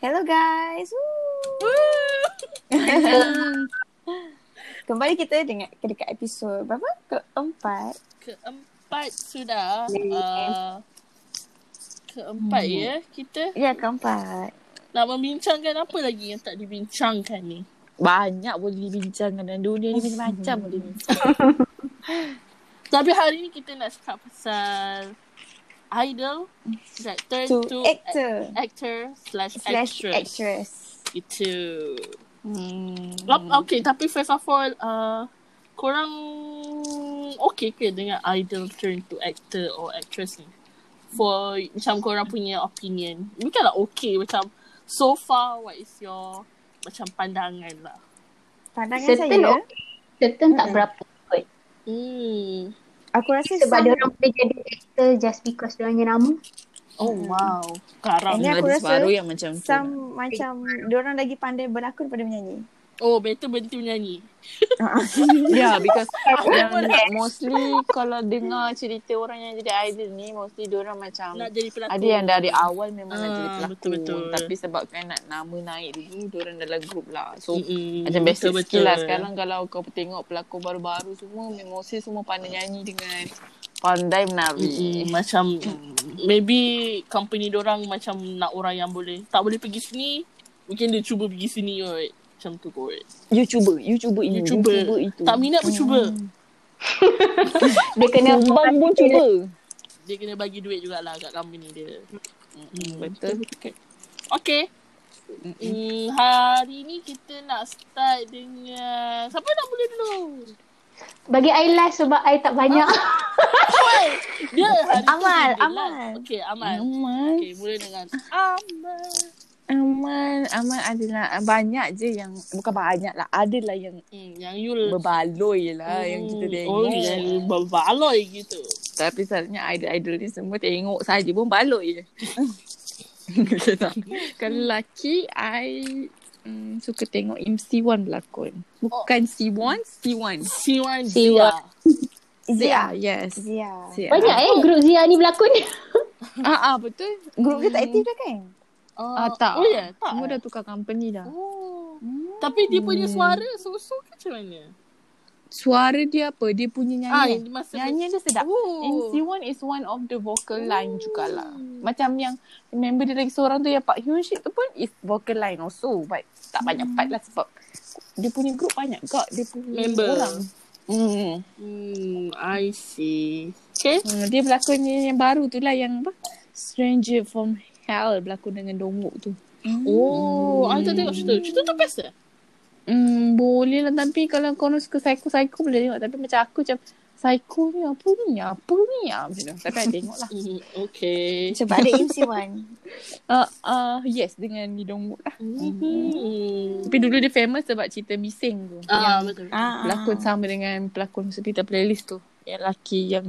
Hello guys. Woo. Kembali kita dengan dekat episod berapa? Keempat. Keempat sudah. Uh, keempat hmm. ya. Kita Ya, keempat. nak membincangkan apa lagi yang tak dibincangkan ni? Banyak boleh dibincangkan dan dunia ni macam-macam boleh bincang. Tapi hari ni kita nak cakap pasal idol that turn To to, ac- actor actor slash, slash actress. actress. Itu. Hmm. Hmm. Okay, tapi first of all, uh, korang okay ke dengan idol turn to actor or actress ni? For macam korang punya opinion. Bukanlah okay, macam so far what is your macam pandangan lah. Pandangan Certain saya, okay. Certain tak Mm-mm. berapa kot. Hmm. aku rasa Sebab some- dia orang boleh jadi actor just because dia punya nama. Oh Hmm. wow. Garang. Ini aku Gadis rasa baru yang macam tu. some macam diorang lagi pandai berlakon daripada menyanyi. Oh, better berhenti menyanyi. Yeah, Ya, because yang boleh. mostly kalau dengar cerita orang yang jadi idol ni, mostly diorang macam Nak jadi pelakon. ada yang dari awal memang nak jadi Ah, pelakon. betul-betul. Tapi sebabkan nak nama naik dulu, diorang dalam grup lah. So, Mm-mm. Macam basic Betul, skill lah betul. Sekarang kalau kau tengok pelakon baru-baru semua Mostly semua pandai nyanyi dengan Pandai Mm-mm. menari Macam Maybe Company dorang Macam nak orang yang boleh Tak boleh pergi sini Mungkin dia cuba pergi sini kot Macam tu kot YouTuber YouTuber ini You YouTuber, cuba Mm, itu Tak minat pun cuba Dia kena Sumbang pun cuba Dia kena bagi duit jugalah Kat company dia Mm-mm. Betul Okay Mm, hari ni kita nak start dengan Siapa nak mula dulu? Bagi I last sebab I tak banyak. Dia hari tu Amal, dia bilang. Amal. Okay, Amal Aman Okay, mula dengan Amal Aman Aman adalah ah, Banyak je yang Bukan banyak lah Adalah yang Hmm, yang you Berbaloi lah Yang kita Hmm, tengok Oh, yang berbaloi gitu. Tapi selalunya idol-idol ni semua tengok saja pun baloi je. Macam tak. Kalau lelaki, I mm, suka tengok MC Wan berlakon. Oh. Bukan C1, Siwan C1. Siwan. Zia. Zia, Zia. yes. Zia. Zia. banyak eh grup Zia ni berlakon. Ah, ah betul. Group dia Hmm. tak aktif dah kan? Oh, Ah, tak. Oh, ya? Tak. Semua eh? dah Hmm. tukar company dah. Oh. Tapi dia punya suara susu ke macam mana? Suara dia apa? Dia punya Ah, nyanyian. yang dia masa Nyanyian dia sedap. Oh. MC1 is one of the vocal line jugalah. Macam yang member dia lagi seorang tu yang Pak Hyun Sik tu pun is vocal line also. But tak banyak part lah sebab dia punya group banyak gak. Dia punya Member. orang. Hmm. Hmm, I see. Okay. hmm. Dia berlakon yang, yang baru tu lah yang apa? Stranger from Hell berlakon dengan Dongwook tu. Oh, I tak tengok cerita. Cerita tu best eh? Hmm, boleh lah tapi kalau korang suka psycho-psycho boleh tengok. Tapi macam aku macam psycho ni apa ni? Apa ni? Ah, Macam tu. Tapi I tengok lah. Hmm, okay. Sebab ada MC1. Uh, uh, yes, dengan ni Dongwook lah. Hmm. Tapi dulu dia famous sebab cerita bising tu. Ah, yang betul. Ah. pelakon sama dengan pelakon Sepita Playlist tu. Yang lelaki yang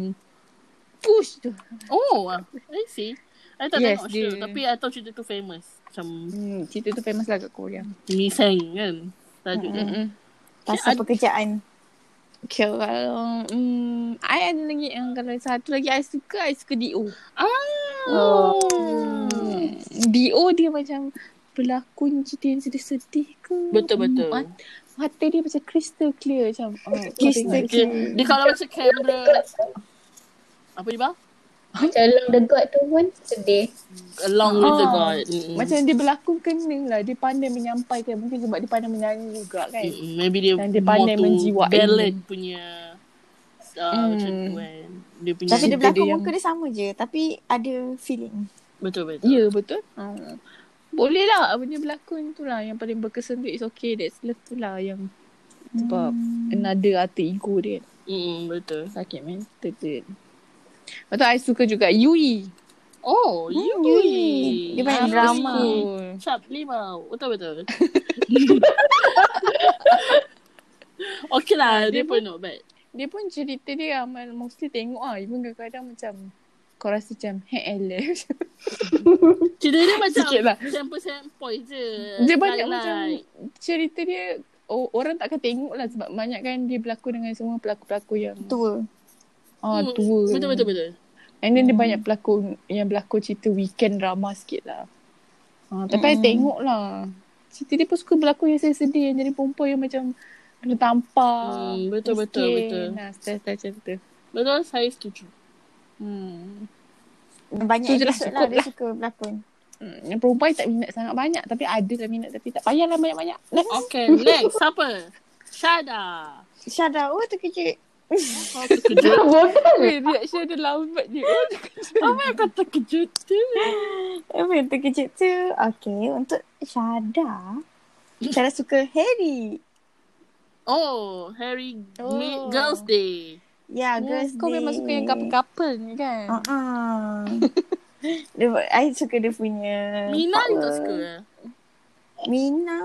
push tu. Oh, ah, I see. I tak Yes, tengok dia- cerita. Tapi I tahu cerita tu famous. Macam Hmm, cerita tu famous lah kat Korea. Miseng kan? Tajuk dia. Mm-mm. Pasal Ad- pekerjaan. Okay, kalau um, I ada lagi yang kalau satu lagi I suka, I suka D.O. Ah. Oh. Hmm. D.O dia macam pelakon cerita yang sedih-sedih ke? Betul, betul. Mat- mata dia macam crystal clear macam. Oh, Crystal kau tengok. Dia, dia kalau macam kamera apa ni bang? Macam Long the God tu pun sedih. Along with the Ah. God. Mm-mm. Macam dia berlakon kena lah. Dia pandai menyampaikan. Mungkin sebab dia pandai menyanyi juga kan. Mm-mm. maybe dia, Dan dia pandai more to menjiwai. Ballad punya uh, Mm. macam tu kan. Dia punya Tapi dia Cerita dia berlakon yang- muka dia sama je. Tapi ada feeling. betul betul. Ya betul. Hmm. Boleh lah benda berlakon tu lah yang paling berkesan tu is okay that's love tu lah yang sebab another alter ego dia Mm, betul. sakit mental tu. Lepas tu I suka juga Yui. Oh, Hmm. Yui. Dia banyak Yui. drama. Cap limau. Betul betul. okay lah, dia, Dia pun not bad. Dia pun cerita dia amal mostly tengok ah even kadang-kadang macam kau rasa macam hey eleh. Cerita dia macam Sikit lah. sampel-sampel je. Dia banyak macam Like-like. cerita dia oh, orang takkan tengok lah sebab banyak kan dia berlakon dengan semua pelakon-pelakon yang Tua. ah, Hmm, tua. Betul betul betul. And then hmm. dia banyak pelakon yang berlakon cerita weekend drama sikit lah. Ah, Tapi I tengok lah. Cerita dia pun suka berlakon yang sedih-sedih. Yang jadi perempuan yang macam kena tampar. Hmm, betul, betul, betul. Nah, style-style macam tu. Betul saya setuju. Hmm. Banyak Tu je lah, episod lah cukup dia lah. suka berlakon. Hmm, Yang perempuan I tak minat sangat banyak. Tapi ada lah minat. Tapi tak payahlah banyak-banyak. Okay, next siapa? Shada. Syada, oh terkejut. Kau terkejut. Lah, Bodoh. Weh, reaction dia lambat je. Apa yang kau terkejut tu? Apa yang terkejut tu? Okay, untuk Syada. Syada suka Harry. Oh, Harry Oh. Meet Girls Day. Ya, yeah, girls Kau day. memang suka yang couple-couple ni kan? Uh-uh. dia, I suka dia punya Mina ni tak power. suka. Mina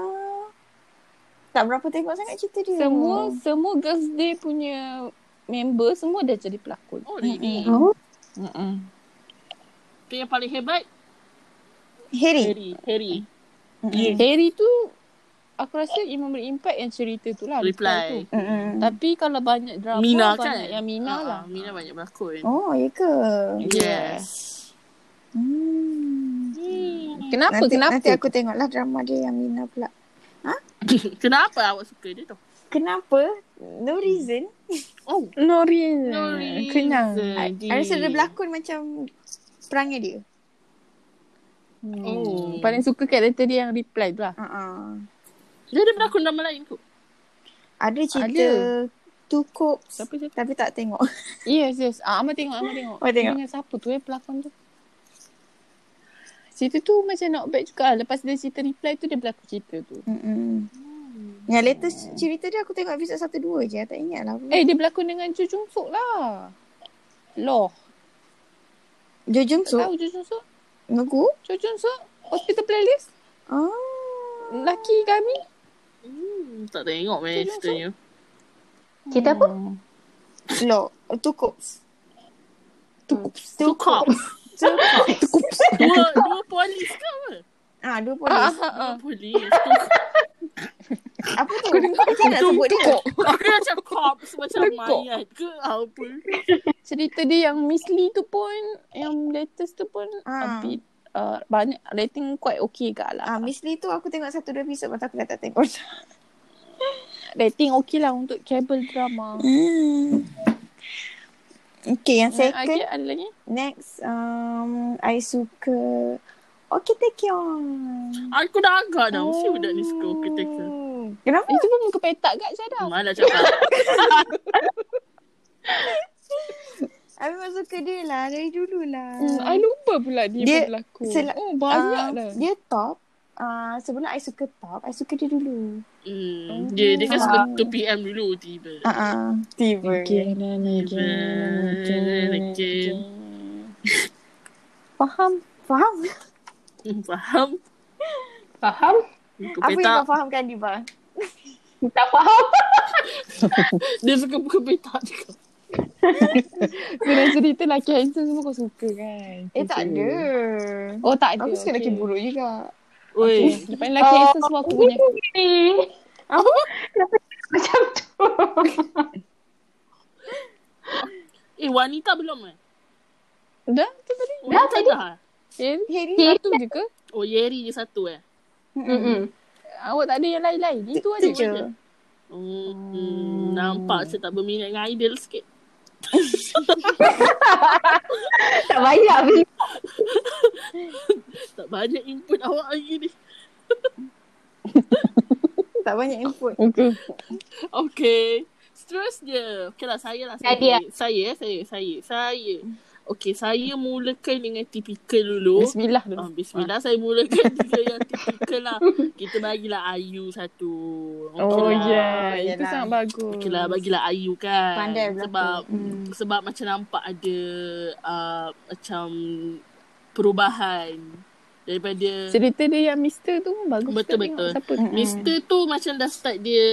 Tak berapa tengok sangat cerita dia Semua semua Girls Day punya member semua dah jadi pelakon. Oh, really? Oh. Mm-mm. Tu yang paling hebat? Harry Harry. Harry. Mm-mm. Harry tu aku rasa yang memberi impact yang cerita tu lah. Reply. Tu. Mm-mm. Tapi kalau banyak drama Mina banyak kan? yang Mina Ah, ah, lah. Mina banyak berlakon. Oh ya ke Yes. hmm. Hmm. Kenapa? nanti, kenapa? Nanti aku tengoklah drama dia yang Mina pula Kenapa awak suka dia tu? Kenapa? No reason Oh, No reason. no reason. Kenyang. Eh, I, I rasa dia berlakon macam Perangai dia Oh. Paling suka karakter dia yang reply tu lah. uh-uh. Dia ada berlakon drama lain tu. Ada cerita Ada. Two Copes Siapa siapa? Tapi tak tengok Yes, yes. Ah, Amal tengok, Amal tengok. Oh, tengok. Dia Dengan siapa tu eh pelakon tu? Cerita tu macam not bad juga. Lepas dia cerita reply tu, dia berlakon cerita tu. Mm-mm. Hmm. Yang latest cerita dia aku tengok episod 1 2 je. Tak ingat lah. Eh, dia berlakon dengan Chu Jung Suk lah. Loh. Jo Jung So, Suk tahu Chu Jung Suk? Nugu. Chu Jung Suk? Hospital Playlist? Ah. Laki kami? Hmm, tak tengok meh Dia ceritanya. Cerita apa? Lo, two cops. Two cops. Two cops. Two cops. Dua, dua polis ke apa? Ah, dua Ah, polis. ah, ah. Dua polis. Two Apa tu? Macam nak sebut dia? Aku macam cops Macam Lekuk. mayat ke Apa Cerita dia yang Miss Lee tu pun, yang latest tu pun, Ah. a bit, uh, banyak rating quite okay kat lah. Ah, Miss Lee tu aku tengok satu dua episod mata aku dah tak tengok. rating okay lah untuk cable drama. Hmm. Okay, yang Okay, second. Ah, ada lagi? Next, um, I suka Okitekyong. Aku dah agak dah Mesti budak ni suka Kita ke Kenapa? Itu Eh, pun muka petak kat Hmm. Syada. Malah cakap Eh, I memang suka dia lah dari dulu lah. Hmm, I lupa pula Dia dia, dia berlakon. sel- oh, Ah, banyak lah. Dia top. Uh, sebelum I suka top, I suka dia dulu. hmm, Dia dia kan suka 2pm dulu Tiba Uh-uh. Tiba. Okay. Again and again and again. Faham? Faham? Hmm, Faham Faham? Muka Apa yang petak kau fahamkan, Diva? Tak faham. Dia suka muka petak juga Bila cerita lelaki handsome semua kau suka kan? Eh, tak ada. Oh tak ada. Aku suka lelaki buruk juga. Oi Lepas ni lelaki Oh. handsome semua aku punya. Ni. Apa? Macam tu. Eh wanita belum eh Dah tu tadi. Dah tadi Harry Harry? satu je ke? Oh Yeri je satu eh Mm-mm. Awak tak ada yang lain-lain. Itu Itu aja. je. Hmm, nampak saya tak berminat dengan idol sikit. Tak banyak habis. Tak banyak input awak hari ni. Tak banyak input. Okay. Okay. Seterusnya. Okay lah, saya lah. Saya, Nadia. saya, eh, saya, saya, saya. Okay, saya mulakan dengan tipikal dulu. Bismillah Ah, dulu. Bismillah, saya mulakan dengan yang tipikal lah. Kita bagilah Ayu satu. Okay Oh lah. yeah. Yelah. Itu sangat bagus. Okay lah, bagilah Ayu kan. Pandai berlakon. Sebab, Hmm. sebab macam nampak ada uh, macam perubahan daripada Cerita dia yang Mister tu pun bagus. Betul, Kita tengok betul. Siapa? Mm. Mister tu macam dah start dia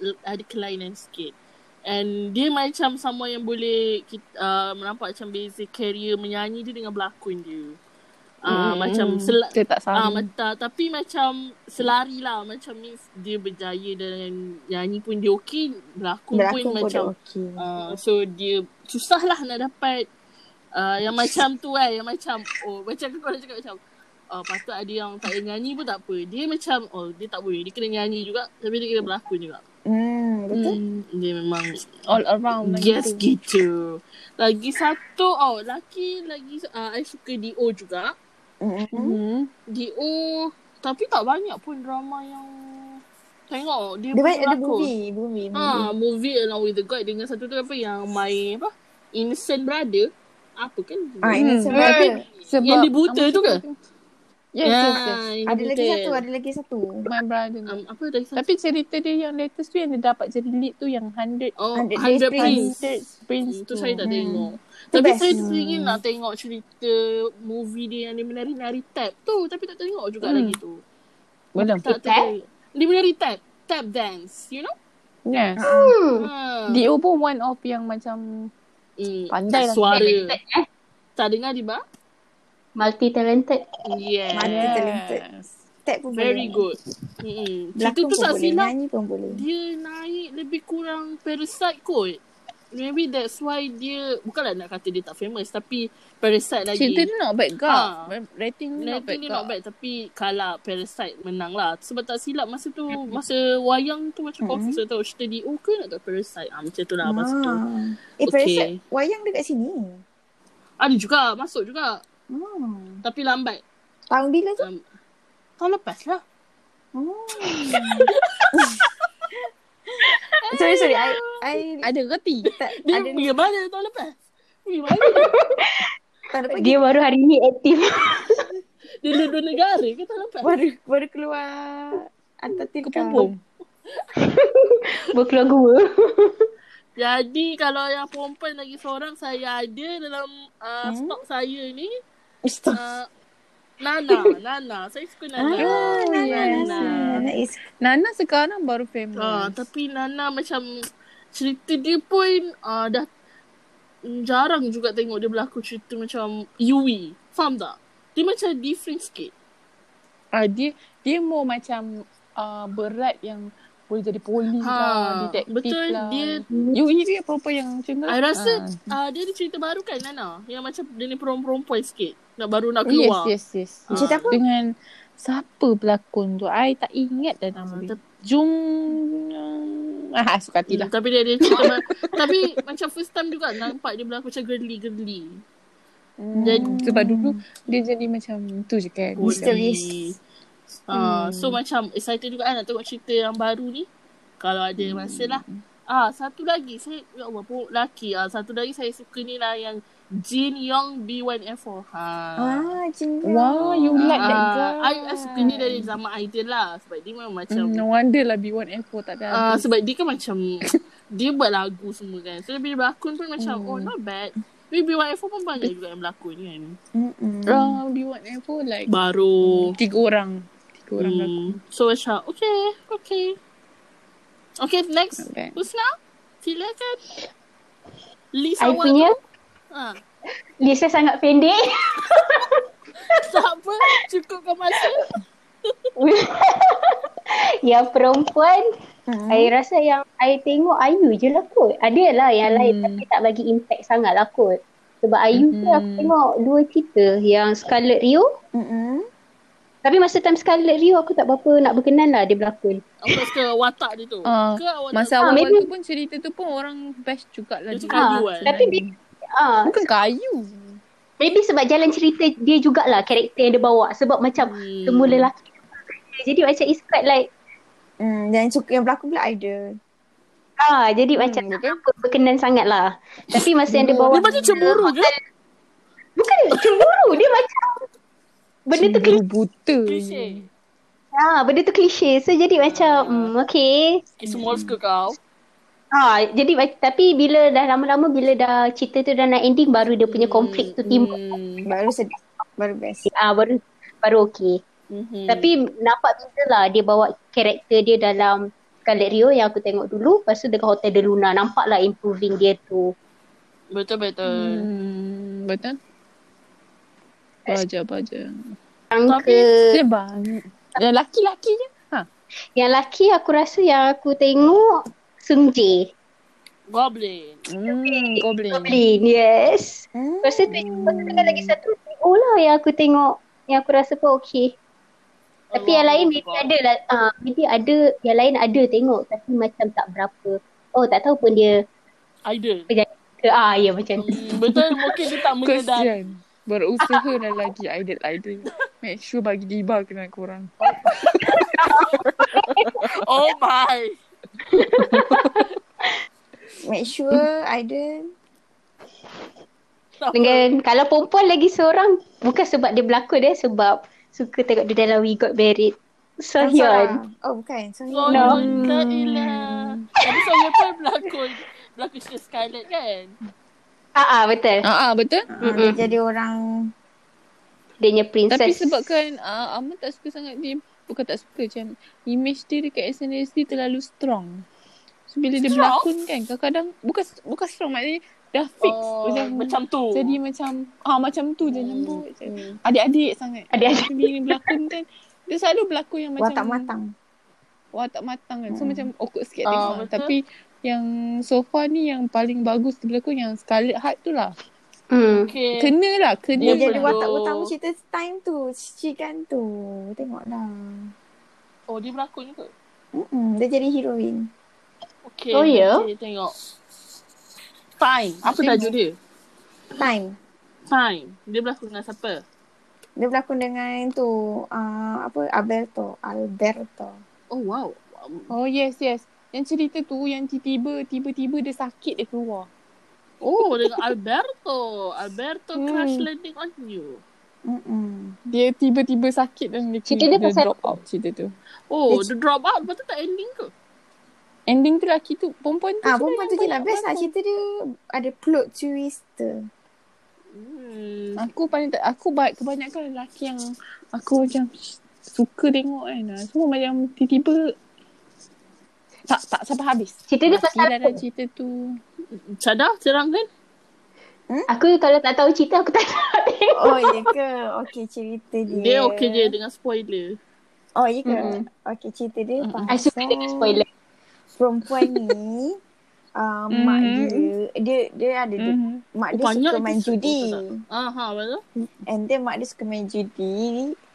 l- ada kelainan sikit. And dia macam sama yang boleh kita, uh, nampak macam beza career menyanyi dia dengan berlakon dia. Uh, Mm, Macam mm. sel- Dia tak Ah, sama. mata tapi macam selari lah macam means dia berjaya dan nyanyi pun dia okey berlakon, Berlakon pun, macam dah okey. uh, so dia susah ah, eh, lah nak dapat uh, yang macam tu kan yang macam oh macam kau dah cakap macam uh, patut ada yang tak payah nyanyi pun tak apa. Dia macam, oh dia tak boleh. Dia kena nyanyi juga tapi dia kena berlakon juga. Hmm, betul. Hmm, dia memang All around macam yes tu. gitu. Lagi satu, oh lagi, lagi uh, I suka D.O juga. Mm-mm. Hmm. D.O oh, tapi tak banyak pun drama yang tengok. Dia, Dia pun banyak ada berlakon. movie, movie, movie. Ha, movie Along with the God dengan satu tu apa yang my apa? Innocent Brother. Apa kan? Ah, Innocent Hmm. Brother. Sebab Yang dia buta tu ke? Ya, Yes, yes, yes. yang kan? Ada dia lagi buta. satu, ada lagi satu. My brother. Um, apa lagi satu? Tapi cerita dia yang latest tu yang dia dapat jadi lead tu yang 100 Oh, Hundred Days 100 Prince. Prince, Prince Itu saya tak Hmm. tengok. Itu Tapi best. saya Hmm. ingin nak tengok cerita movie dia yang dia menari-nari tap tu. Tapi tak tengok juga Hmm. lagi tu. Belum. Tak Tap? tengok. Dia menari tap. Tap dance. You know? Yes. Hmm. Ha. D.O pun one of yang macam Hmm, Pandai lah. Suara. Eh, Tak dengar di bar? multi talented. Yeah. Mana Yes. talented. Tag pun Very boleh. good. Mm-mm. Cerita Berlakon tu pun tak boleh, silap nyanyi pun boleh. dia naik lebih kurang Parasite kot. Maybe that's why dia bukanlah nak kata dia tak famous tapi Parasite lagi. Cerita dia not bad gak. Ha. Rating dia not bad Nanti dia gak. not bad tapi kalah Parasite menang lah. Sebab tak silap masa tu masa wayang tu macam confused mm-hmm. tahu cerita dia oh ke nak tak Parasite. Ah, macam tu lah masa tu. Ah. Eh, Okay. Parasite wayang dekat sini. Ada juga masuk juga Hmm. tapi lambat. Tahun bila tu? Um, tahun lepas lah. Eh, sorry, sorry. I, I, Ada reti. tak, Dia ada pergi mana tahun lepas? Pergi mana? tahun depan Dia baru hari ni aktif. dia dua negara ke tahun lepas? baru, baru keluar Antartika. Kepompong. Berkeluar gua. Jadi kalau yang perempuan lagi seorang saya ada dalam uh, hmm? stok saya ni Ustaz. uh, Nana, Nana. Saya suka Nana. Ah, Nana, yes. Nana. Nana is Nana sekarang baru Ah, famous. tapi Nana macam cerita dia pun uh, dah mm, jarang juga tengok dia berlakon cerita macam Yui. Faham tak? Dia macam different sikit. Ah, dia dia more macam uh, berat yang boleh jadi poli ha, lah, detektif Betul lah. dia You ini dia proper yang macam tu. I rasa Ah. uh, dia ada cerita baru kan Nana yang macam dia ni perempuan-perempuan sikit. Nak baru nak Yes, keluar. yes, yes. Ah. Cerita apa? Dengan siapa pelakon tu? I tak ingat dah nama Ah, dia. Jung... Ah, suka hati Hmm, lah. tapi dia ada cerita ma- Tapi macam first time juga nampak dia berlaku macam girly-girly. Mm. Dan Hmm. sebab dulu dia jadi macam tu je kan. Golly. Misterius. Oh, Hmm. Ah, So macam excited juga kan nak tengok cerita yang baru ni. Kalau ada Hmm. masa lah. Ah, satu lagi saya ya Allah pun lelaki. Ah, satu lagi saya suka ni lah yang Jin Young B1F4. Ha. Ah, Jin Young. Wow, you like that girl. Ah, I, I suka ni dari zaman idol lah sebab dia memang macam Hmm, no wonder lah B1F4 tak ada Ah, habis. sebab dia kan macam dia buat lagu semua kan. So bila berlakon pun macam oh not bad. Tapi B1F4 pun banyak juga yang berlakon kan. Mm-mm. Ah, B1F4 like Baru. tiga orang. Tiga orang lah. Hmm. berlakon. So macam okay, okay. Okay next. Not bad. Husna, silakan. List I awal punya tu. Ha. list saya sangat pendek. Tak apa, cukupkan masa. yang perempuan, Hmm. Mm. I rasa yang I tengok Ayu je lah kot. Ada lah yang lain Hmm. tapi tak bagi impact sangat lah kot. Sebab Ayu tu Hmm. aku tengok dua cerita. Yang Scarlet Rio. Mm-mm. Tapi masa time Scarlet Rio aku tak berapa nak berkenan lah dia berlakon. Apa ke watak dia tu? Ah, ke awak Masa Ah, awal maybe- tu pun cerita tu pun orang best Dia jugalah. dia. cakap Kayu Ah, kan? Tapi dia, ah, Bukan kayu. maybe sebab jalan cerita dia jugalah karakter yang dia bawa. Sebab macam Hmm. semua lelaki. Jadi macam it's quite like Mm. Dan suka yang berlakon pula idol. Ah, jadi macam tak apa berkenan sangat lah. Tapi masa yang dia Hmm, bawa Dia macam cemburu je. Bukan cemburu, dia macam benda tu klise. Buta. Cliche. Ah, benda tu klise. So jadi macam mm, okay. Okay, semua suka kau. Ah, jadi mac- tapi bila dah lama-lama bila dah cerita tu dah nak ending baru dia punya konflik tu timbul. Hmm. Baru sedap. Baru best. Ah, baru baru okay. Hmm. Mhm. Tapi nampak beza lah dia bawa karakter dia dalam Scarlet Rio yang aku tengok dulu. Lepas tu dekat Hotel De Luna. Nampak lah improving dia tu. Betul betul. Hmm, betul? Baja, baja. Sangka. Dia banyak. Yang laki-laki je. Ha. Yang laki aku rasa yang aku tengok Sung Jae. Goblin. Hmm, goblin. Goblin, yes. Mm. Hmm. kan Lepas tu tu- lepas tu tengah lagi satu TO lah yang aku tengok yang aku rasa pun okay. Tapi yang lain maybe ada lah. Uh, maybe ada, yang lain ada tengok tapi macam tak berapa. Oh tak tahu pun dia Idol. berjaya ke. Ah ya macam tu. Hmm, betul mungkin dia tak mengedar. Kesian. Berusaha dan lagi idol-idol. Make sure bagi diba kena korang. Oh my. Make sure Aiden Dengan kalau perempuan lagi seorang bukan sebab dia berlakon eh sebab suka tengok dia dalam We Got Married. Sohyun. Oh bukan Sohyun Soyun No. no. Kailah. Tapi Soyun pun berlakon. Berlakon cerita Scarlet kan? Ah ah betul. Ah ah, betul? Ah, Dia jadi orang Dia punya princess. Tapi sebabkan uh, Amal tak suka sangat dia Bukan tak suka macam Image dia dekat SNSD terlalu strong So bila dia Strong? berlakon kan Kadang-kadang Bukan bukan strong maknanya Dah fix Oh, macam, macam Hmm, tu. Jadi macam ah Macam tu je lembut macam. Adik-adik sangat Adik-adik. Tapi Bila dia berlakon kan Dia selalu berlakon yang macam watak matang. Watak matang kan So Hmm. macam awkward sikit Ah, tengok betul. Tapi Yang so far ni Yang paling bagus dia berlakon Yang Scarlet Heart tu lah Hmm. okay. Kena lah Kena Dia Dia jadi perlu- watak utama cerita time tu. Cikan tu. Tengoklah. Oh, dia berlakon juga. Mm-mm. Dia jadi heroin. Okay. Oh, ya? Okay, tengok. Time. Apa Tengok. tajuk dia? Time. Time. Dia berlakon dengan siapa? Dia berlakon dengan tu uh, apa Alberto. Alberto. Oh, wow. Um, Oh yes yes. Yang cerita tu yang tiba-tiba tiba-tiba dia sakit dia keluar. Oh, dengan Alberto. Alberto Hmm. crash landing on you. Mm-mm. Dia tiba-tiba sakit dan dia, Cerita dia pasal drop out cerita tu. Oh, Dia- dia drop out. Lepas tu tak ending ke? Ending tu lelaki tu perempuan tu. Ah, sebenarnya perempuan tu je yang lah. paling Best lah aku- cerita dia. Ada plot twister. Hmm. Aku paling tak aku ba- kebanyakan lelaki yang aku macam suka tengok kan. Ah, Semua macam tiba-tiba tak tak sampai habis. Cerita dia Mati pasal lah apa? dalam cerita tu. Cadah, kan? terangkan. Aku kalau tak tahu cerita aku tak nak tengok. Oh, ya ke? Okay, cerita dia. Dia okay je dengan spoiler. Oh, ya ke? Mm-mm. Okay, cerita dia pasal. I suka dengan spoiler. perempuan ni uh, Mhm. mak dia dia dia ada dia, Mhm. mak Oh, dia banyak suka main episode judi tu tak? Aha, betul? and then mak dia suka main judi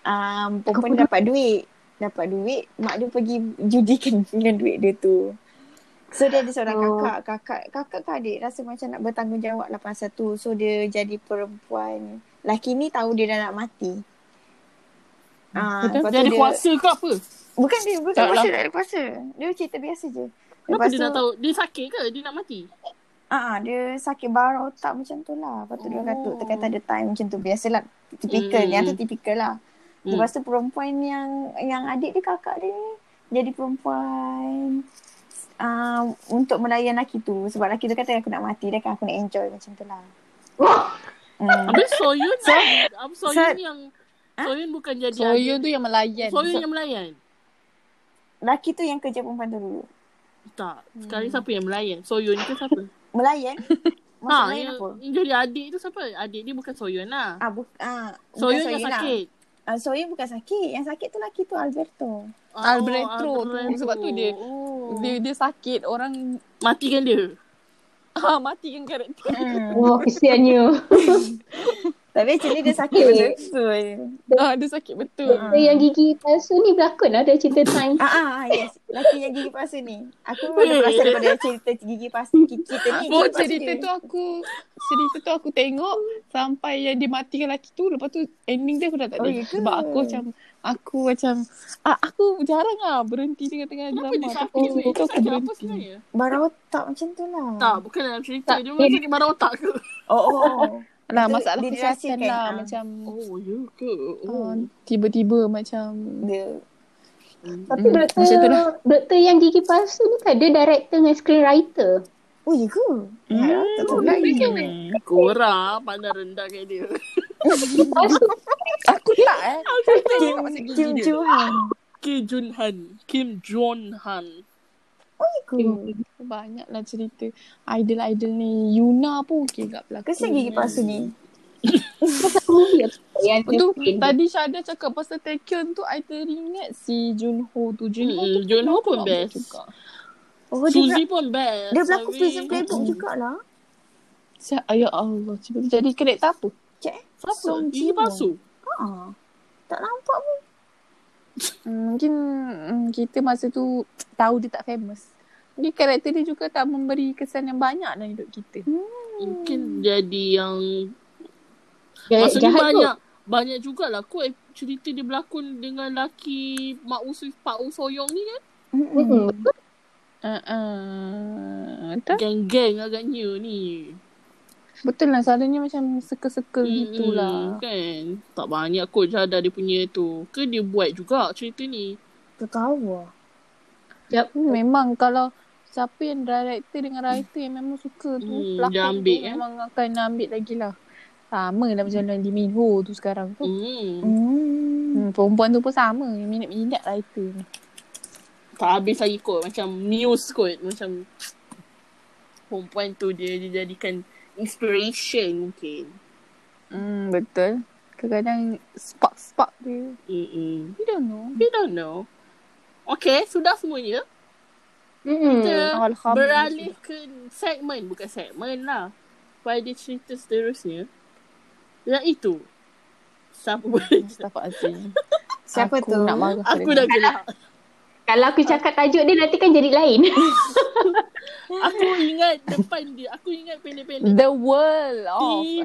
um, perempuan Aku dia dapat duit dapat duit mak dia pergi judikan dengan duit dia tu so dia ada seorang Oh. kakak kakak kakak ke adik rasa macam nak bertanggungjawab lah pasal tu so dia jadi perempuan laki ni tahu dia dah nak mati Ah, Betul. lepas tu Dia ada Kan? kuasa ke apa? Bukan dia, bukan Tak kuasa, lah. tak ada kuasa. Dia cerita biasa je. Kenapa dia nak tahu? Dia sakit ke? Dia nak mati? Ah, uh, dia sakit bara otak macam tu lah. Lepas tu oh. dia kata, Oh. dia kata ada time macam tu. Biasalah, tipikal. Hmm. Yang tu tipikal lah. Hmm. Lepas tu perempuan yang yang adik dia, kakak dia ni, jadi perempuan uh, untuk melayan laki tu. Sebab laki tu kata aku nak mati dah kan, aku nak enjoy macam tu lah. Hmm. Habis Soyun Habis Soyun Sa- yang Soyun bukan jadi Soyo adik. tu yang melayan. Soyun yang melayan Laki tu yang kerja perempuan tu dulu. Tak Sekarang siapa yang melayan Soyun ke siapa Melayan? Maksud Ha melayan yang, apa? yang jadi adik tu siapa Adik dia bukan Soyun lah Ah, bu- ah, bukan Soyun yang lah. sakit Ah, Soyun bukan sakit. Yang sakit tu laki tu Alberto. Oh, Alberto tu. Sebab tu dia- oh. dia dia sakit orang Matikan dia ah, matikan karakter. Hmm. Wah, kesiannya. Tapi actually dia sakit betul-betul. ah, dia sakit betul. Ah. Dia yang gigi palsu ni berlakon lah dalam cerita time. Ah, ah, ah, yes. Laki yang gigi palsu ni. Aku memang ada perasan daripada cerita gigi palsu cerita ni. Oh gigi palsu cerita dia. tu aku Cerita tu aku tengok Sampai yang dia matikan lelaki tu Lepas tu ending dia aku dah tak Oh, tengok ya ke? Sebab aku macam Aku macam ah, Aku jarang lah berhenti tengah-tengah Kenapa drama dia Tapi sakit Dia cerita tu aku sakit apa berhenti sebenarnya Barang otak macam tu lah. Tak bukan dalam cerita Tak, Dia memang dia- sakit barang otak ke Oh, oh, oh. Lah Itu masalah dia kesihatan rahsiakan, lah ah. Hmm. Macam Oh ya ke ah, Oh Tiba-tiba macam Dia. Tapi Hmm, doktor, macam tu lah. doktor yang gigi palsu ni kan dia director dengan screenwriter. Oh, ya ke? Ya, tak tahu lagi. Hmm, Korang pandang rendah kat dia Palsu. Aku tak eh Kim, Kim Joo Han. Kim Jun Han Kim Jong Han Ya ke? Banyak lah cerita Idol-idol ni Yuna pun okay kat belakang Kesian gigi palsu ni. movie apa yang Lepas tu dia main? tadi Syahda cakap pasal Taekyon tu I teringat si Junho tu Junho Mm-mm, tu Junho aku pun nak best. juga. Oh, dia, Suzy bela- pun best dia berlakon Tapi- prison playbook jugalah. Saya, ya Allah, cuba jadi kereta apa? Cik eh? Siapa? Song Ji Gigi Won. palsu Ah. Tak nampak pun. Hmm, mungkin mm, kita masa tu tahu dia tak famous. Dia karakter dia juga tak memberi kesan yang banyak dalam hidup kita. Mungkin jadi yang Jahat, Maksudnya Eh, jahat tu. banyak Banyak jugalah kot cerita dia berlakon dengan laki Mak Usu Pak Usoyong ni kan Mm-mm. Uh, uh, tak? Geng-geng agaknya ni Betul lah. Selalunya macam sekel-sekel hmm, gitulah. Mm-mm, Kan Tak banyak kot jadah dia punya tu Ke dia buat juga cerita ni Tak tahu lah. Jap. Memang kalau siapa yang director dengan writer yang memang suka tu Hmm, pelakon dia tu ambil, eh. memang akan ambil lagi lah. Sama lah macam Lee Min Ho tu sekarang tu. hmm. Hmm. Hmm, perempuan tu pun sama. Yang minat-minat writer ni. Tak habis lagi kot Macam news kot Macam Perempuan tu dia dijadikan Inspiration mungkin Hmm, betul. Kadang-kadang spark-spark dia. Mm-mm. We don't know. We don't know Okay Sudah semuanya Mm-mm. kita Alhamdulillah. beralih ke segmen bukan segmen lah pada cerita seterusnya iaitu siapa boleh Mustafa Azim. Siapa aku tu? Nak marah aku dah dia. gelak Kalau aku cakap tajuk dia nanti kan jadi lain. aku ingat depan dia aku ingat pendek-pendek The world of T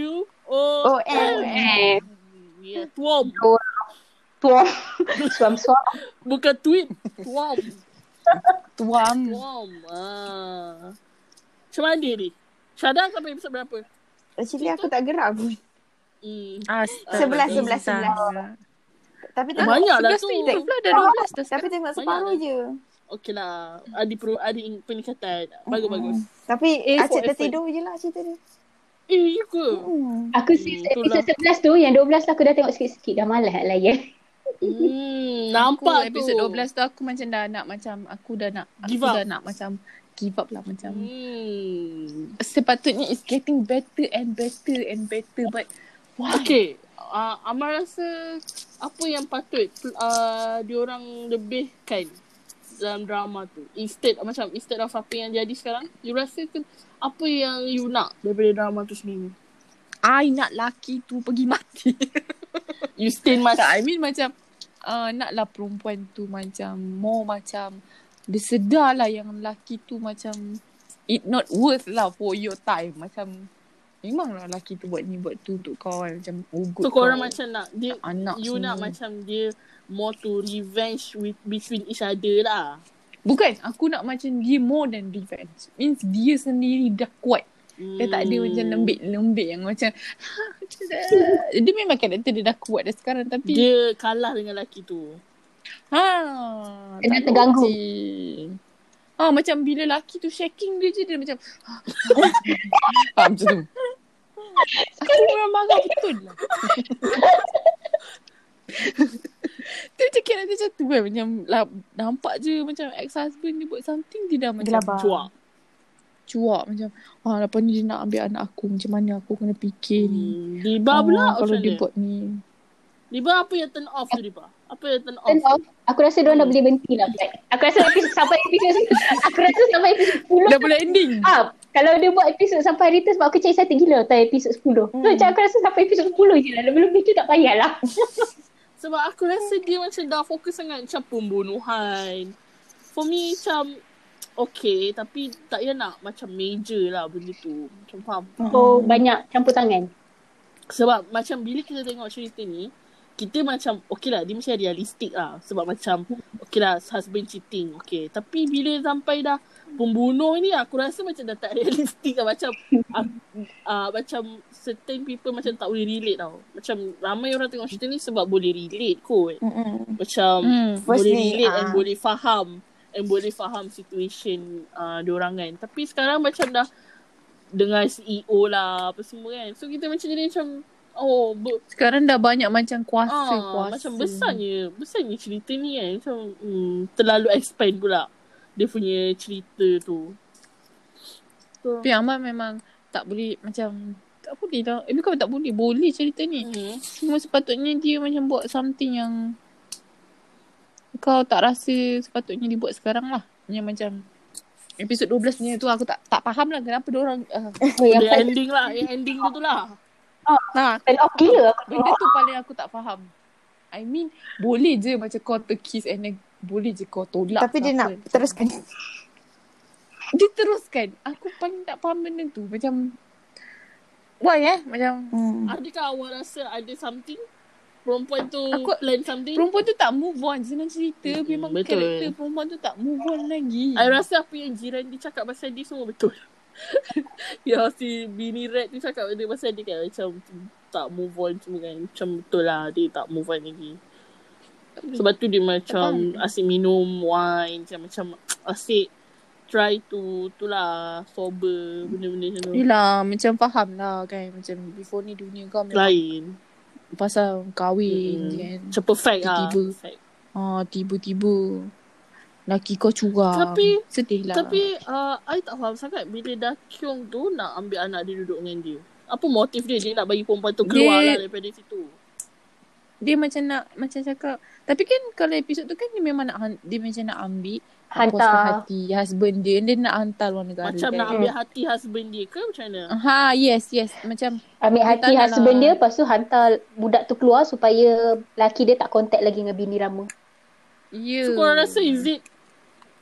W O Oh, eh. Eh, Ya, tuom. Tuam. Suam-suam. Bukan tweet. Tuom. tuam. Tuom. Ah. Macam mana ni? Syada sampai episode berapa? Actually aku tak gerak pun. Hmm. Ah, Sebelas, sebelas, sebelas. Tapi Eh, tengok, banyak lah tu. Dah pula dah 12 dah tapi sekarang. tengok separuh Banyak je. Okey lah. Ada, peru- ada in- peningkatan. Bagus-bagus. Hmm. Tapi asyik Eh, for effort. tertidur je lah cerita dia. Eh, ya ke? Hmm. Aku Hmm, hmm, itulah. episode 11 tu, yang 12 tu aku dah tengok sikit-sikit. Dah malas lah ya. Hmm, Aku nampak tu. episode 12 tu aku macam dah nak macam aku dah nak aku Give up. dah nak macam give up lah macam Hmm. sepatutnya it's getting better and better and better but why Okay. Uh, Amar rasa apa yang patut uh, diorang lebihkan dalam drama tu? Instead macam instead of apa yang jadi sekarang, you rasa ke apa yang you nak daripada drama tu sendiri? I nak laki tu pergi mati You still must tak I mean macam uh, naklah perempuan tu macam more macam dia sedar lah yang laki tu macam it not worth lah for your time macam memanglah laki tu buat ni buat tu untuk kau kan. macam ugut so korang macam nak dia anak you nak semua. macam dia more to revenge with, between each other lah. Bukan, aku nak macam dia more than revenge. Means dia sendiri dah kuat. Dia tak ada macam Hmm. lembik-lembik yang macam dia memang karakter dia dah kuat dah sekarang tapi Dia kalah dengan lelaki tu. ha Dia tak terganggu. logik. Ah macam bila laki tu shaking dia je dia macam ah macam tu. Aku memang marah betul lah. Dia macam karakter macam tu kan Macam lah, Nampak je macam ex-husband dia buat something Dia dah macam labah. Cuak. cuak macam ah lepas ni dia nak ambil anak aku macam mana aku kena fikir ni. Hmm. Liba pula Ah, kalau macam dia mana? buat ni. Liba apa yang turn off tu Liba? Apa yang turn off? Turn off. Aku rasa diorang dah boleh berhenti lah. Buat. Aku rasa episode, sampai episode aku rasa sampai episode 10 Dah boleh ending. up. Ah, Kalau dia buat episod sampai hari tu sebab aku cari satu gila tau episod 10. Hmm. So macam aku rasa sampai episod 10 je lah. Lebih-lebih tu tak lah. payahlah. Sebab aku rasa dia macam dah fokus sangat macam pembunuhan. For me macam okay tapi tak payah nak macam major lah benda tu. Macam faham? So banyak campur tangan. Sebab macam bila kita tengok cerita ni, kita macam okay lah dia macam realistik lah. Sebab macam okay lah husband cheating okay. Tapi bila sampai dah pembunuh ni aku rasa macam dah tak realistik lah. Macam uh, uh, macam certain people macam tak boleh relate tau. Macam ramai orang tengok cerita ni sebab boleh relate kot. Mm-mm. Macam Hmm. boleh Firstly, relate and ah. boleh faham and boleh faham situation uh, diorang kan. Tapi sekarang macam dah dengan CEO lah apa semua kan. So kita macam jadi macam oh ber- Sekarang dah banyak macam kuasa ah, kuasa. macam besarnya besarnya cerita ni kan. Macam hmm, terlalu expand pula dia punya cerita tu. So, Tapi Ahmad memang tak boleh macam tak boleh lah. Eh bukan tak boleh. Boleh cerita ni. hmm. Cuma sepatutnya dia macam buat something yang kau tak rasa sepatutnya dibuat sekarang lah. Yang macam episod 12 punya tu aku tak tak faham lah kenapa dia orang uh, Oh, yang Dia paling ending lah. Yang ending tu tu lah. nah turn off oh, gila aku ha, Benda tengok. tu paling aku tak faham. I mean boleh je macam kau terkiss and then boleh je kau tolak. Tapi ke dia apa. nak teruskan. Dia teruskan. Aku paling tak faham benda tu. Macam why eh? Macam Hmm. Adakah awak rasa ada something? Perempuan tu Aku- plan something? perempuan tu tak move on. Senang cerita Mm, memang betul. karakter perempuan tu tak move on lagi. I rasa apa yang jiran dia cakap pasal dia semua betul. yang si Bini Red tu cakap dia pasal dia kan macam tak move on semua kan. Macam betul lah dia tak move on lagi. Sebab tu dia macam asyik minum wine. Macam, macam asyik try to tu lah sober benda-benda macam tu. Yelah macam faham lah kan Macam before ni dunia kau memang Lain. Pasal kahwin Mm-mm. kan Macam perfect lah. Tiba-tiba. Perfect. ah, Tiba-tiba Laki kau curang Tapi- Sedih lah Tapi uh, I tak faham sangat bila dah Kyung tu nak ambil anak dia duduk dengan dia. Apa motif dia? Dia nak bagi perempuan tu keluar Dia- lah daripada situ. Dia macam nak Macam cakap Tapi kan kalau episod tu kan Dia memang nak han- Dia macam nak ambil puaskan Hantar. hati husband dia Dia nak hantar luar negara Macam kan. nak ambil hati husband dia ke macam mana? Ha yes yes Macam Ambil Dia hati tak nak husband lah. dia Lepas tu hantar budak tu keluar Supaya laki dia tak contact lagi dengan bini lama Ya So korang rasa is it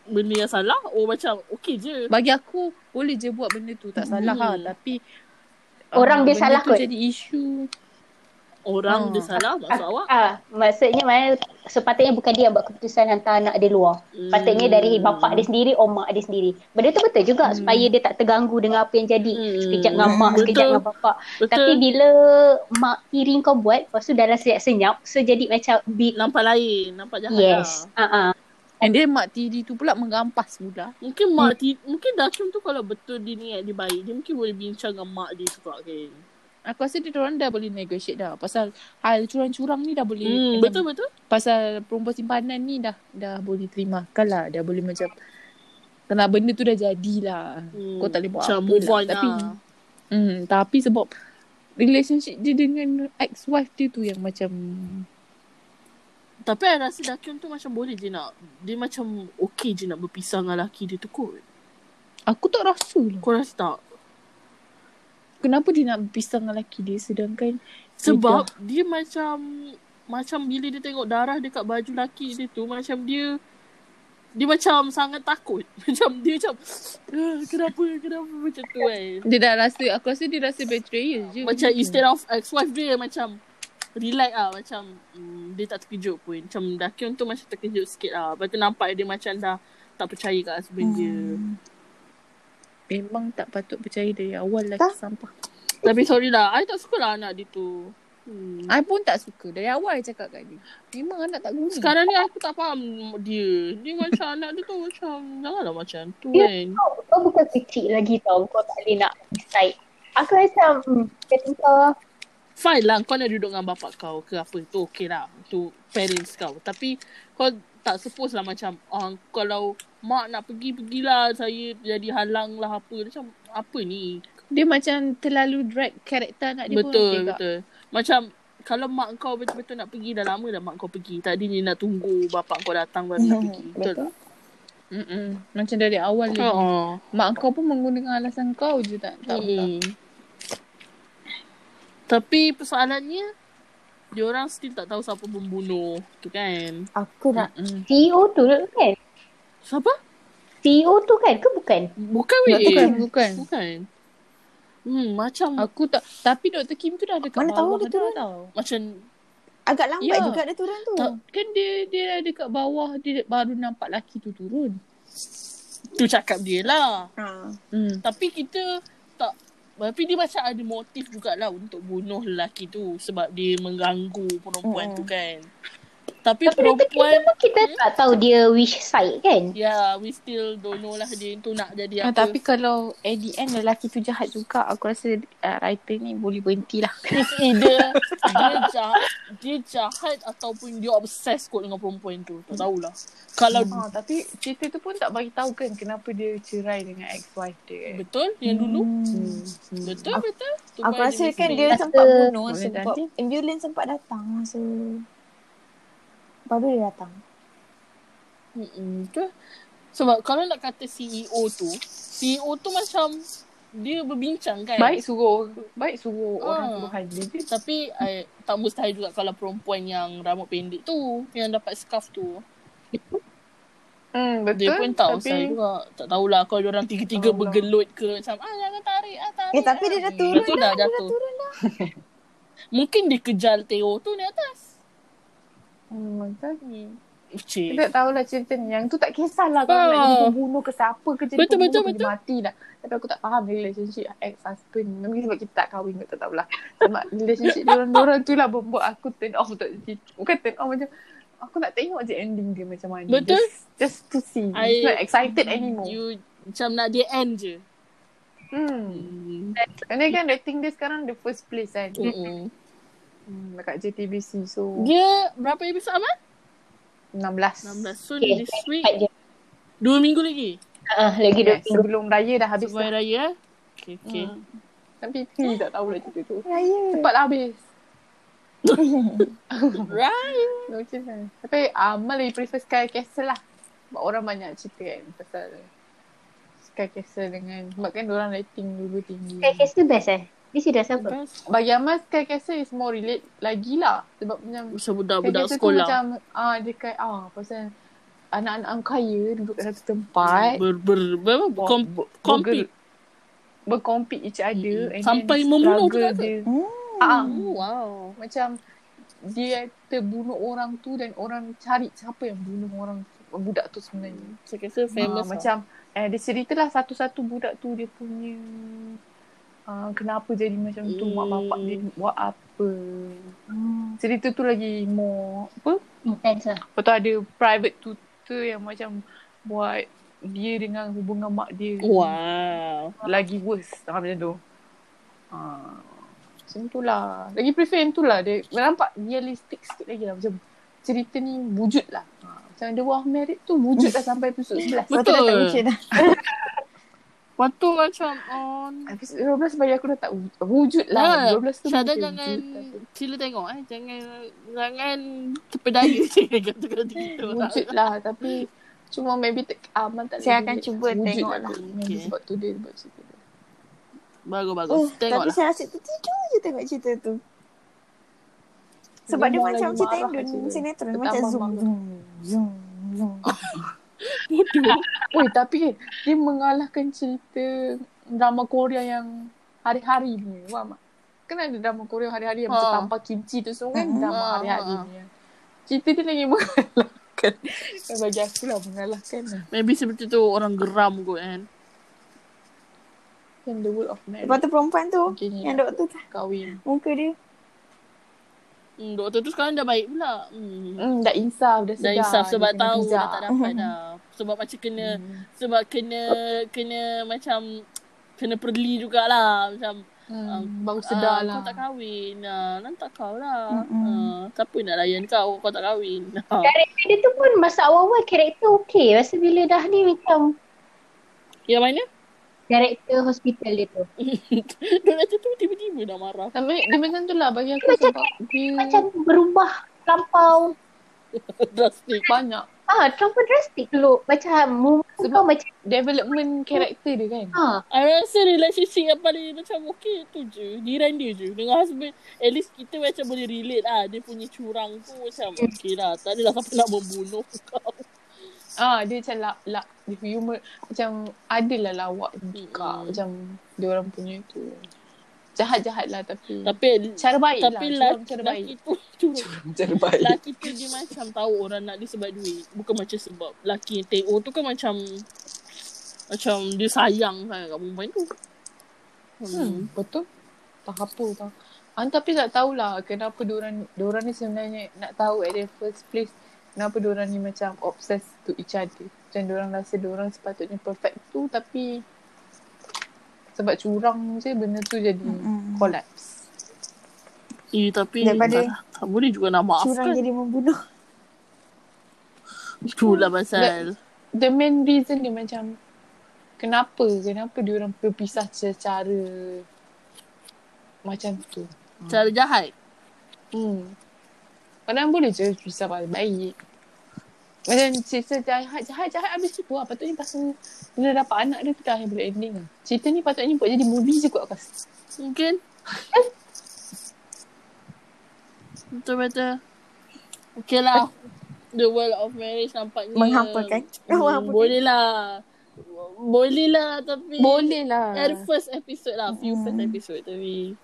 benda yang salah or macam okay je? Bagi aku Boleh je buat benda tu Tak salah Hmm. lah Tapi ah, Orang dia benda salah tu kot. jadi isu Orang Ah. dia salah maksud awak? Ah, Maksudnya mana Sepatutnya bukan dia yang buat keputusan Hantar anak dia luar hmm. Patutnya dari bapak dia sendiri Or mak dia sendiri Benda tu betul juga Hmm. Supaya dia tak terganggu Dengan apa yang jadi Hmm. Sekejap dengan mak Sekejap Betul. dengan bapak Betul. Tapi bila Mak tiri kau buat Lepas tu dalam senyap-senyap So jadi macam big nampak lain, nampak jahat Yes lah. Ah, ah. And then mak tiri tu pula Mengampas pula Mungkin mak ti- mungkin Dakim tu kalau betul dia niat dia baik, dia mungkin boleh bincang dengan mak dia juga kan. Aku rasa dia orang dah boleh negotiate dah. Pasal hal curang-curang ni dah boleh. Hmm, macam- betul betul. Pasal perempuan simpanan ni dah dah boleh terima. lah. Dah boleh macam. Kena benda tu dah jadilah. Hmm. Kau tak boleh buat Macam apa move dah. on lah. Tapi, hmm, tapi sebab relationship dia dengan ex-wife dia tu yang macam. Tapi I rasa Dakyun tu macam boleh je nak Dia macam okay je nak berpisah dengan lelaki dia tu kot Aku tak rasa lah. Kau rasa tak? Kenapa dia nak berpisah dengan lelaki dia sedangkan. Sebab dia macam Macam bila dia tengok darah dekat baju lelaki dia tu Macam dia Dia macam sangat takut Macam dia macam "Ah, Kenapa, kenapa macam tu kan Dia dah rasa, aku rasa dia rasa betrayal je. Macam Gitu. instead of ex-wife dia macam Relax lah macam mm, Dia tak terkejut pun Macam Dakyun tu macam terkejut sikit lah Lepas tu nampak dia macam dah Tak percaya kat husband hmm. dia Memang tak patut percaya dari awal lelaki Tak. sampah. Tapi sorry lah I tak suka lah anak dia tu hmm. I pun tak suka. Dari awal I cakap kat dia. Memang anak tak guna. Sekarang ni aku tak faham dia. Dia macam anak dia tu macam janganlah macam tu Ya. kan. kau, kau bukan kecil lagi tau Kau tak boleh nak decide Aku macam hmm, Kata kau Fine lah kau nak duduk dengan bapak kau ke apa tu okey lah. Tu parents kau. Tapi kau tak suppose lah macam ah, kalau mak nak pergi pergilah saya jadi halang lah apa. Macam apa ni? Dia macam terlalu drag karakter anak dia betul pun. betul. Macam kalau mak kau betul-betul nak pergi dah lama dah mak kau pergi. Tadi ni nak tunggu bapak kau datang baru nak pergi. Betul. Betul. Mm-mm. Macam dari awal Betul. dia. Mak kau pun menggunakan alasan kau je tak. tak, tak. Hmm. Tapi persoalannya diorang still tak tahu siapa pembunuh tu kan. Aku nak Mm. CEO tu kan Siapa? CEO tu kan ke bukan Bukan Tak, weh. Bukan, bukan. Bukan. Hmm, macam Aku tak. Tapi Dr. Kim tu dah dekat Mana tahu dia bawah dah turun? tau. macam Hmm. agak lambat Ya. juga dia turun tu. Tak, kan dia dia dah dekat bawah dia baru nampak laki tu turun. tu cakap dia lah. Ha. Hmm. Tapi kita tak tapi dia macam ada motif jugalah untuk bunuh lelaki tu sebab dia mengganggu Mm. perempuan Hmm. tu kan. Tapi, tapi Dr. Kim perempuan tu pun kita tak tahu dia which side kan Ya, yeah, we still don't know lah dia tu nak jadi Ah, apa. tapi kalau at the end lelaki tu jahat juga, aku rasa uh, writer ni boleh berhenti lah. It's either dia jahat, dia jahat ataupun dia obsessed kot dengan perempuan tu. Tak tahulah. Kalau Hmm. Ah, tapi cerita tu pun tak bagi tahu kan kenapa dia cerai dengan ex-wife dia kan. betul yang dulu, Hmm. betul betul. Tu Aku kan rasa dia kan mesti- dia Rasa- sempat bunuh Boleh sebab jadi. ambulans sempat datang masa baru dia datang. Hmm, E Mm-mm, betul. Sebab kalau nak kata CEO tu, CEO tu E macam dia berbincang kan. Baik suruh baik suruh Ah. orang suruh haji je. Tapi I, tak mustahil juga kalau perempuan yang rambut pendek tu yang dapat scarf tu. Hmm, betul. Dia pun tak tapi, usah juga. Tak tahulah kalau dia orang tiga-tiga Tahulah. bergelut ke macam ah jangan tarik ah tarik. lah. Eh, tapi ah. dia dah Hmm, turun tu dah, dah jatuh. turun dah. Mungkin dia kejar Teo tu ni atas. hmm, betul. Hmm. Kita Cik. tak tahulah cerita ni. Yang tu tak kisahlah kalau Ah. nak jadi pembunuh ke siapa ke jadi Betul, pembunuh betul, ke dia betul. mati dah. Tapi aku tak faham relationship ex-husband. Mungkin sebab kita tak kahwin kot tak tahulah. Sebab relationship diorang-diorang tu lah membuat aku turn off tak jadi. Bukan turn off macam aku nak tengok je ending dia macam mana. Betul. Just, just to see. I- It's not excited anymore. You macam nak dia end je. hmm. Hmm. And then kan rating dia sekarang the first place kan. Mm-mm. Hmm, dekat JTBC so Dia berapa episod Amal? 16. 16. So Okay, this week Kat je. dua minggu lagi. Ah, lagi Yeah, dua minggu. sebelum raya dah habis Sebelum lah. raya eh. Okay, okay. lah Hmm. Tapi three tak tahulah cerita tu. Raya. Cepatlah habis. Ah. Right. Okay lah. Tapi Amal lebih prefer Sky Castle lah. Sebab orang banyak cerita kan pasal Sky Castle dengan sebab kan orang rating dulu tinggi. Sky Castle best eh. Dia sudah sampai. Best. Bagi Amal Sky Castle is more relate lagi lah. Sebab macam Macam Sky budak-budak Castle tu sekolah. macam ah, dia kayak ah, pasal anak-anak orang kaya duduk kat satu tempat. Ber, ber, ber, Bo- kom, bo- compete. berger- berkompet each other Mm-mm. and Sampai then membunuh struggle pula tu. dia. Hmm. Ah, ah. Oh, wow. macam dia terbunuh orang tu dan orang cari siapa yang bunuh orang tu- budak tu sebenarnya. Saya kata famous. lah. Ah, macam eh, dia ceritalah satu-satu budak tu dia punya uh, kenapa jadi macam tu Hmm. mak bapak dia buat apa. Cerita tu lagi more apa? Intense lah. Lepas tu ada private tutor yang macam buat dia dengan hubungan mak dia Wow. lagi worse ah, macam tu. Ah, macam tu lah. Lagi prefer yang tu lah. Dia nampak realistik sikit lagi lah. Macam cerita ni wujud lah. Ah, macam The Wah Married tu wujud lah sampai episod 11. Sebab tu dah tak Betul. wujud dah. Lepas tu macam on. Episod 12 bagi aku dah tak wujud, wujud lah. Ya, 12 tu Syada mungkin jangan wujud, sila tengok eh. Jangan jangan terpedaya kata-kata tapi- gitu. Wujud lah tapi cuma maybe tak, aman tak Saya lagi akan wujud. cuba Wujud tengok aku. lah. Maybe Okay. Sebab tu dia sebab cerita dia. Bagus lah. bagus. Oh, tapi lah. Tengoklah. saya asyik tertidur je tengok cerita tu. Sebab dia, Memang macam lagi cerita marah Indon cerita. sinetron Betapa macam zoom, marah. zoom, zoom, zoom. Bodoh. Oi, tapi kan dia mengalahkan cerita drama Korea yang hari-hari ni. Faham tak? Kan ada drama Korea hari-hari yang Ha. macam tanpa kimchi tu semua kan Hmm. drama Ha, hari-hari ha, ha. ni. Cerita dia lagi mengalahkan. Bagi aku lah mengalahkan lah. Maybe seperti tu orang geram kot kan. Kan the world of marriage. Lepas tu perempan tu Mungkin ni yang dok tu tak- kahwin. muka dia. Hmm, doktor tu sekarang dah baik pula. Hmm. Hmm, dah insaf, Dah dah sedar. insaf sebab dia kena tahu bijak. dah tak dapat dah. Sebab macam kena Hmm. sebab kena kena macam kena perli jugalah macam Hmm, Um, ah, baru sedar lah. kau tak kahwin ah, nanti kau lah Mm-mm. ah, siapa nak layan kau kau tak kahwin ah. Karakter dia tu pun masa awal-awal karakter okey. Masa bila dah ni macam yang mana director hospital dia tu. Donator tu tiba-tiba dah marah Tapi dia macam tu lah bagi aku Macam- sebab dia Macam berubah lampau. drastik banyak Ah, terlalu drastic look. Macam muka Sebab- kau macam development karakter dia kan. ha. I rasa relationship yang paling macam okey tu je Diran dia je Dengan husband At least kita macam boleh relate lah Dia punya curang tu macam okey lah Tak adalah siapa nak membunuh kau Ah, dia macam lak, lak, dia punya humor macam adalah lawak juga Mm. macam dia orang punya tu. Jahat-jahat lah tapi, Tapi at least- cara baik Tapi lah. lelaki, cara lelaki baik. tu curang Cara baik. Lelaki tu dia macam tahu orang nak dia sebab duit. Bukan macam sebab lelaki yang TO tu kan macam macam dia sayang sangat kat perempuan tu. Hmm. Hmm, betul. Tak apa tau. Ah, tapi tak tahulah kenapa diorang, diorang ni sebenarnya nak tahu at the first place kenapa diorang ni macam obsessed to each other. Macam diorang rasa diorang sepatutnya perfect tu tapi sebab curang je benda tu jadi Mm-mm. collapse. Eh tapi Daripada- tak, tak boleh juga nak Curang maafkan. jadi membunuh. Itulah pasal. the main reason dia macam kenapa kenapa dia orang berpisah secara macam tu. Cara jahat. Hmm. Padahal boleh je pisah baik-baik. Macam cerita jahat-jahat habis cerita lah. Patutnya pasal bila dapat anak dia tu dah yang boleh ending lah. Cerita ni patutnya buat jadi movie je kot Akas. Mungkin. Betul-betul. Okay lah. The world of marriage nampaknya. kan? Menghampakan. Hmm, boleh lah. Boleh lah tapi. Boleh lah. Hmm. At first episode lah. Few first episode tapi.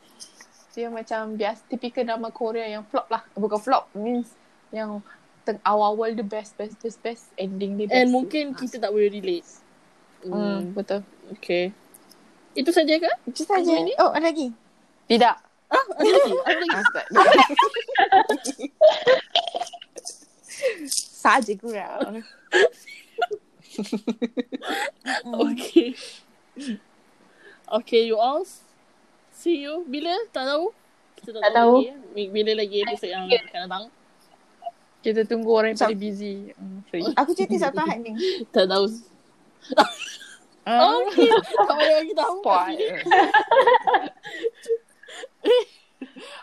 Dia macam biasa typical drama Korea yang flop lah. Bukan flop means yang teng- awal-awal the best, best, best, best. Ending dia best. And mungkin kita tak boleh relate. Hmm, Hmm. betul. Okay. Itu saja ke? Itu saja. Oh, ada lagi? Tidak. Ah, Ah. Ada lagi? Ada lagi? Saja gurau. Hmm. Okay. Okay, you all. See you. Bila? Tak tahu. Kita tak, Tak tahu. Lagi. Bila lagi episode yang akan datang. Kita tunggu orang yang Macam- paling busy. Hmm, free. Aku cuti Sabtu Ahad ni. Tak tahu. Ah, Okay. Oh, tak payah bagi tahu. Spoil.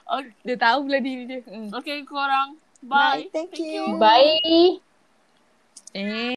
Okay. Dia tahu pula diri dia. Hmm. okay, korang. Bye. Thank you. Bye. Eh.